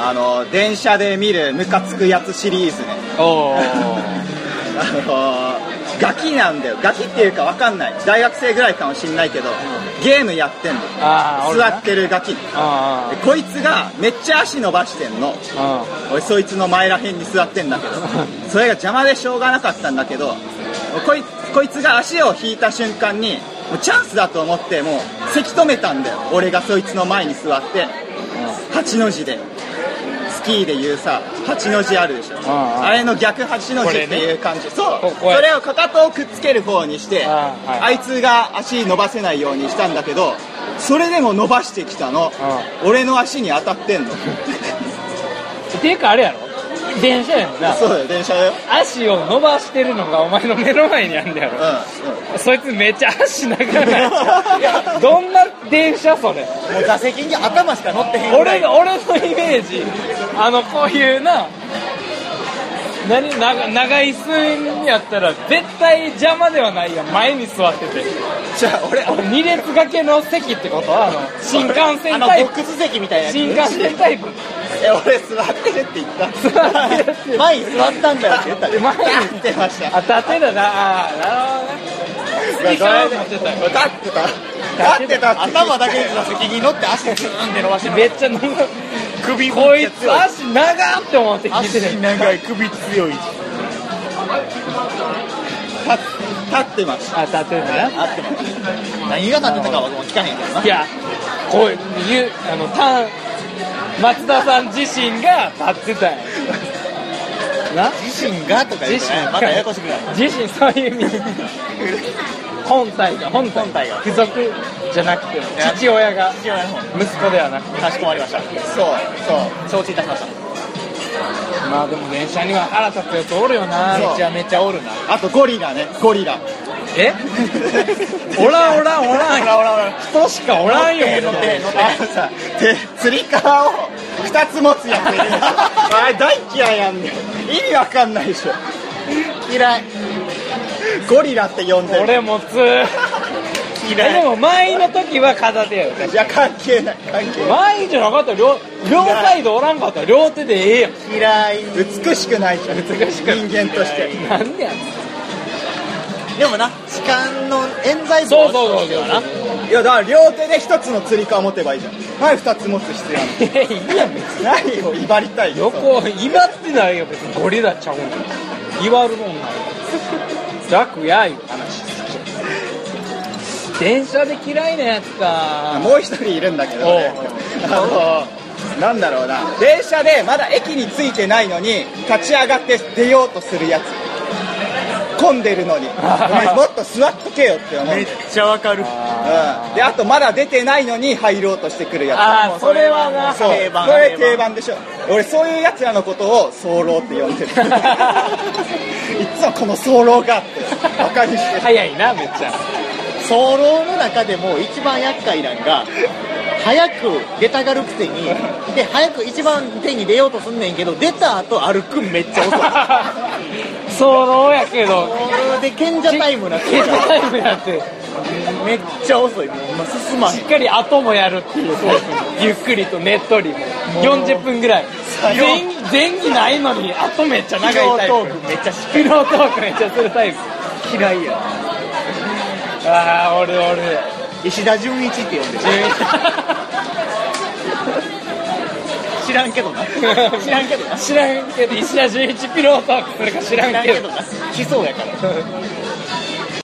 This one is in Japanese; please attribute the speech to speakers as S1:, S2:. S1: あの電車で見るムカつくやつシリーズね
S2: おお
S1: あのガキなんだよガキっていうかわかんない大学生ぐらいかもしんないけどゲームやってんの
S2: あー
S1: 座ってるガキで
S2: あ
S1: こいつがめっちゃ足伸ばしてんの
S2: あ
S1: 俺そいつの前らへんに座ってんだけどそれが邪魔でしょうがなかったんだけどこいこいつが足を引いた瞬間にもうチャンスだと思ってもうせき止めたんだよ俺がそいつの前に座って八の字でスキーでいうさ八の字あるでしょ
S2: んうん
S1: あれの逆八の字っていう感じ、そう
S2: ここうや
S1: それをかかとをくっつける方にして
S2: うんはい
S1: あいつが足伸ばせないようにしたんだけどそれでも伸ばしてきたの俺の足に当たってんの
S2: っていうかあれやろ電車やんな
S1: そうだよ電車だよ
S2: 足を伸ばしてるのがお前の目の前にあるんだやろ
S1: うん、うん
S2: そいつめっちゃ足長いやんどんな電車それ
S3: もう座席に頭しか乗ってへんぐら
S2: 俺
S3: い
S2: が俺のイメージあのこういうな何長長い椅子やったら絶対邪魔ではないやん前に座ってて
S1: じゃあ俺
S2: 俺2列掛けの席ってことあの新幹
S3: あ
S2: 線
S3: の
S2: タ
S3: ボ
S2: イ
S3: ッ
S2: プ
S3: クス席みたいなやつ
S2: 新幹線タイプ
S1: え俺座ってるって言った
S2: 座ってるって
S3: 前に座ったんだよって言ったで
S2: 前に
S1: 立ってました
S2: あ縦だなあーなるほどね次から持ってたよ
S1: 立ってた立ってたって
S3: 頭だけ座席に乗って足でズーンって伸ばしてる
S2: めっちゃ長い
S3: 首
S2: こいつ足長って思って聞いて
S3: 足
S2: る
S3: 長い首強い
S1: 立立ってました
S2: あ縦だな
S3: あっても何が立ってたかはもう聞かへんけどない
S2: や、こういう、あの、たん、松田さん自身が立ってたんやな
S3: 自身がとか言うとねまたややこしくなる
S2: 自身そういう意味。本体が、本体
S3: 本体が
S2: 付属じゃなくて
S3: や、
S2: 父親が、
S3: 父親の方
S2: 息子ではなくて。
S3: かしこまりました
S1: そうそう
S3: 承知いたしました
S2: まあでも電車には腹立つやつおるよな
S1: そう
S3: めちゃめちゃおるな
S1: あとゴリラねゴリ ラ
S2: えおらんおらんおら
S3: ほ
S2: ん
S3: らほらほら
S2: 人しかおらんよ
S3: 乗ってへん乗ってへん
S1: あのさで釣り革を2つ持つやついるあれ大嫌いやんね意味わかんないでしょ
S3: 嫌い
S1: ゴリラって呼んでる
S2: 俺もつえ
S3: 嫌
S2: で
S3: い
S2: も満員の時は片手やよ
S1: いや関係ない関係な
S2: 満員じゃなかったら両両サイドおらんかったら両手でええやん
S3: 嫌い
S1: い美しくないじゃん
S2: 美しくない
S1: 人間として
S2: なんでや
S3: でもな痴漢の冤罪
S2: そう
S3: 像
S2: そうそうそうな。
S1: いやだから両手で1つの釣り革持てばいいじゃんはい2つ持つ必要ない
S2: いや別に。
S1: 何を威張りたいよ
S2: 横威張ってないよ別にゴリラちゃうんだ。威張るもんない。楽やいう話ですけど。電車で嫌いなやつか。
S1: もう一人いるんだけどねあのなんだろうな電車でまだ駅に着いてないのに立ち上がって出ようとするやつ混んでるのにお前もっと座っとけよって思う、うん、
S3: めっ
S1: で
S3: ちゃわかる
S1: あとまだ出てないのに入ろうとしてくるや
S2: ああそれはな。
S1: つそう
S3: 定番
S1: これ
S3: 定番
S1: 定番でしょ俺そういうやつらのことを「早漏」って呼んでるいっつもこの「早漏が」ってバカにしてる
S2: 早いなめっちゃ。
S3: 早漏の中でも一番厄介なんが早く出たがるくせにで早く一番手に出ようとすんねんけど出た後歩くんめっちゃ遅い
S2: そうやけど。
S3: 早漏で賢者タイムなって
S2: ケ
S3: る
S2: ータイムやって。
S3: めっちゃ遅いもう今進まへ
S2: し
S3: ん
S2: っかり後もやるっていうゆっくりとねっとりも40分ぐらい前前期ないのに後めっちゃ長いタイプ
S3: 疲労トークめっちゃし
S2: ピロートークめっちゃするタイプ
S3: 嫌いや
S2: ああ俺俺
S3: 石田純一って呼んでる知らんけどな知らんけどな
S2: 知らんけど石田純一ピロートークそれか知らんけど
S3: な来そうやから